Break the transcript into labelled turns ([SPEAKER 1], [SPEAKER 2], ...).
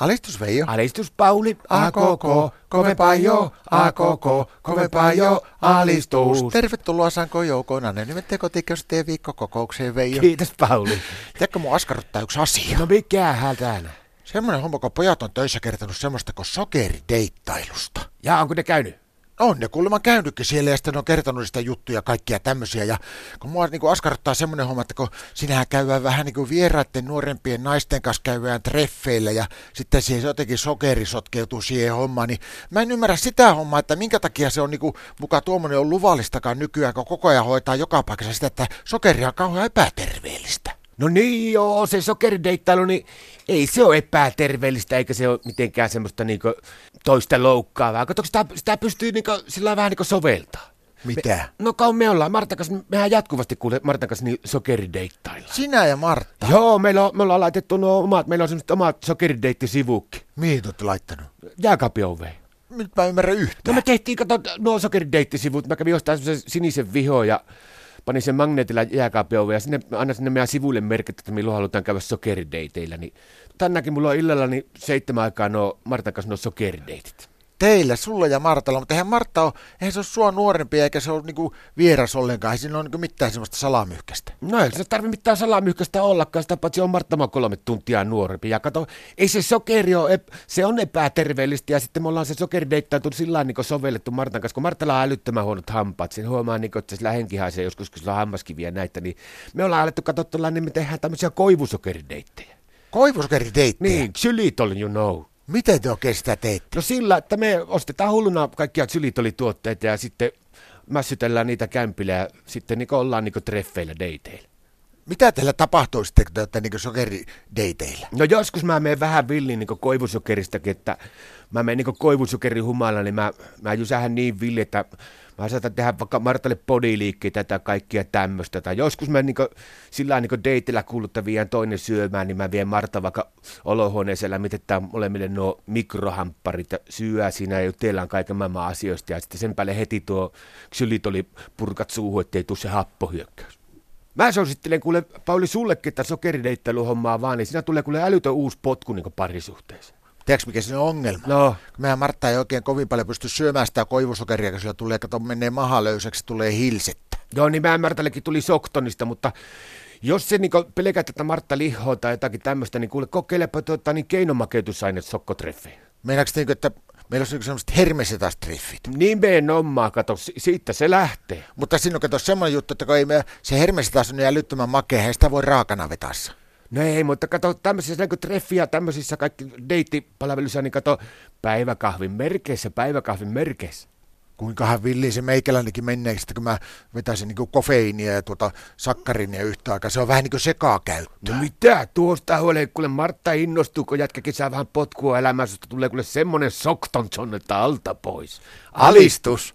[SPEAKER 1] Alistus Veijo.
[SPEAKER 2] Alistus Pauli,
[SPEAKER 1] A koko, komepa jo, a koko, komepa jo, alistus. Tervetuloa Sanko Joukoina, ne nimettä kotikästeen viikkokokoukseen Veijo.
[SPEAKER 2] Kiitos Pauli.
[SPEAKER 1] Tiedätkö mua askarruttaa yksi asia?
[SPEAKER 2] No mikä hätänä?
[SPEAKER 1] Semmoinen homma, kun pojat on töissä kertonut semmoista kuin sokerideittailusta.
[SPEAKER 2] Ja onko ne käynyt?
[SPEAKER 1] On ne kuulemma käynytkin siellä ja sitten ne on kertonut sitä juttuja kaikkia tämmöisiä. Ja kun mua niin kuin askarruttaa semmoinen homma, että kun sinähän käydään vähän niin kuin vieraiden nuorempien naisten kanssa käydään treffeillä ja sitten siihen jotenkin sokeri sotkeutuu siihen hommaan, niin mä en ymmärrä sitä hommaa, että minkä takia se on niin kuin, muka tuommoinen on luvallistakaan nykyään, kun koko ajan hoitaa joka paikassa sitä, että sokeria on kauhean epäterveellistä.
[SPEAKER 2] No niin joo, se sokerideittailu, niin ei se ole epäterveellistä, eikä se ole mitenkään semmoista niinku toista loukkaavaa. Kato, kun sitä, sitä pystyy niinku, sillä lailla vähän niinku soveltaa.
[SPEAKER 1] Mitä?
[SPEAKER 2] No kauan me ollaan, Martan kanssa, mehän jatkuvasti kuule Martan kanssa niin sokerideittaillaan.
[SPEAKER 1] Sinä ja Martta.
[SPEAKER 2] Joo, meillä on, me ollaan laitettu nuo omat, meillä on semmoiset omat sokerideittisivuukki.
[SPEAKER 1] Mihin te olette laittanut?
[SPEAKER 2] Jääkaapin oveen.
[SPEAKER 1] Nyt mä en ymmärrä yhtään.
[SPEAKER 2] No me tehtiin, kato, nuo sokerideittisivut, mä kävin jostain semmoisen sinisen vihoon ja panin sen magneetilla jääkaapin oveen ja sinne, anna sinne meidän sivuille merkit, että milloin halutaan käydä sokerideiteillä. Niin tänäkin mulla on illalla niin seitsemän aikaa nuo Martan kanssa nuo sokerideitit.
[SPEAKER 1] Teillä, sulla ja Martalla, mutta eihän Martta ole, eihän se ole sua nuorempi eikä se ole niinku vieras ollenkaan, ei siinä ole niinku mitään semmoista salamyhkästä.
[SPEAKER 2] No ei se tarvi mitään salamyhkästä ollakaan, sitä paitsi on Martta mua kolme tuntia nuorempi. Ja kato, ei se sokeri ole, ep- se on epäterveellistä ja sitten me ollaan se sokerideittaitu sillä lailla niin sovellettu Martan kanssa, kun Martalla on älyttömän huonot hampaat. Sen huomaa, niin kuin, että sillä henki haisee joskus, kun sillä on hammaskiviä ja näitä, niin me ollaan alettu katsoa tuolla, niin me tehdään tämmöisiä koivusokerideittejä.
[SPEAKER 1] Koivusokerideittejä?
[SPEAKER 2] Niin, xylitol you know.
[SPEAKER 1] Miten te oikein sitä teitte?
[SPEAKER 2] No sillä, että me ostetaan hulluna kaikkia ksylitolituotteita ja sitten mässytellään niitä kämpillä ja sitten niin ollaan niin treffeillä deiteillä.
[SPEAKER 1] Mitä teillä tapahtuu sitten, kun te olette niin sokerideiteillä?
[SPEAKER 2] No joskus mä menen vähän villin niin koivusokeristakin, että mä menen niin koivusokeri humalla, niin mä, mä jysähän niin villi, että mä saatan tehdä vaikka Martalle bodiliikkeitä tai kaikkia tämmöistä. Tai joskus mä niin sillä niin deitillä kuluttavien toinen syömään, niin mä vien Marta vaikka olohuoneeseen lämmitetään molemmille nuo mikrohampparit ja syö siinä ja jutellaan kaiken maailman asioista. Ja sitten sen päälle heti tuo ksylitoli purkat suuhun, ettei tule se happohyökkäys. Mä suosittelen kuule Pauli sullekin tätä sokerideittailuhommaa vaan, niin siinä tulee kuule älytön uusi potku niin parisuhteeseen.
[SPEAKER 1] Tiedätkö mikä siinä on ongelma?
[SPEAKER 2] No,
[SPEAKER 1] Mä ja Martta ei oikein kovin paljon pysty syömään sitä koivusokeria, kun sillä tulee, kato menee maha löysäksi, tulee hilsettä.
[SPEAKER 2] joo niin mä Martallekin tuli Soktonista, mutta jos se niin pelkät, että Martta lihoa tai jotakin tämmöistä, niin kuule kokeilepa tuota, niin keinomakeutusaine sokkotreffi.
[SPEAKER 1] Meinaatko niinku, että meillä olisi niinku semmoiset hermesetastriffit?
[SPEAKER 2] Nimenomaan, kato, si- siitä se lähtee.
[SPEAKER 1] Mutta siinä on kato semmoinen juttu, että kun ei me, se hermesetas on niin älyttömän makea, ei sitä voi raakana vetässä.
[SPEAKER 2] No ei, mutta kato, tämmöisissä niin treffiä, tämmöisissä kaikki deittipalveluissa, niin kato, päiväkahvin merkeissä, päiväkahvin merkeissä.
[SPEAKER 1] Kuinkahan villi se meikäläinenkin menee, sitten kun mä vetäisin niinku kofeiinia ja tuota sakkarinia yhtä aikaa. Se on vähän niin kuin sekaa
[SPEAKER 2] No mitä tuosta huoleen, kuule Martta innostuu, kun jätkäkin saa vähän potkua elämässä, tulee kuule semmonen Soktonson, että alta pois. Alistus!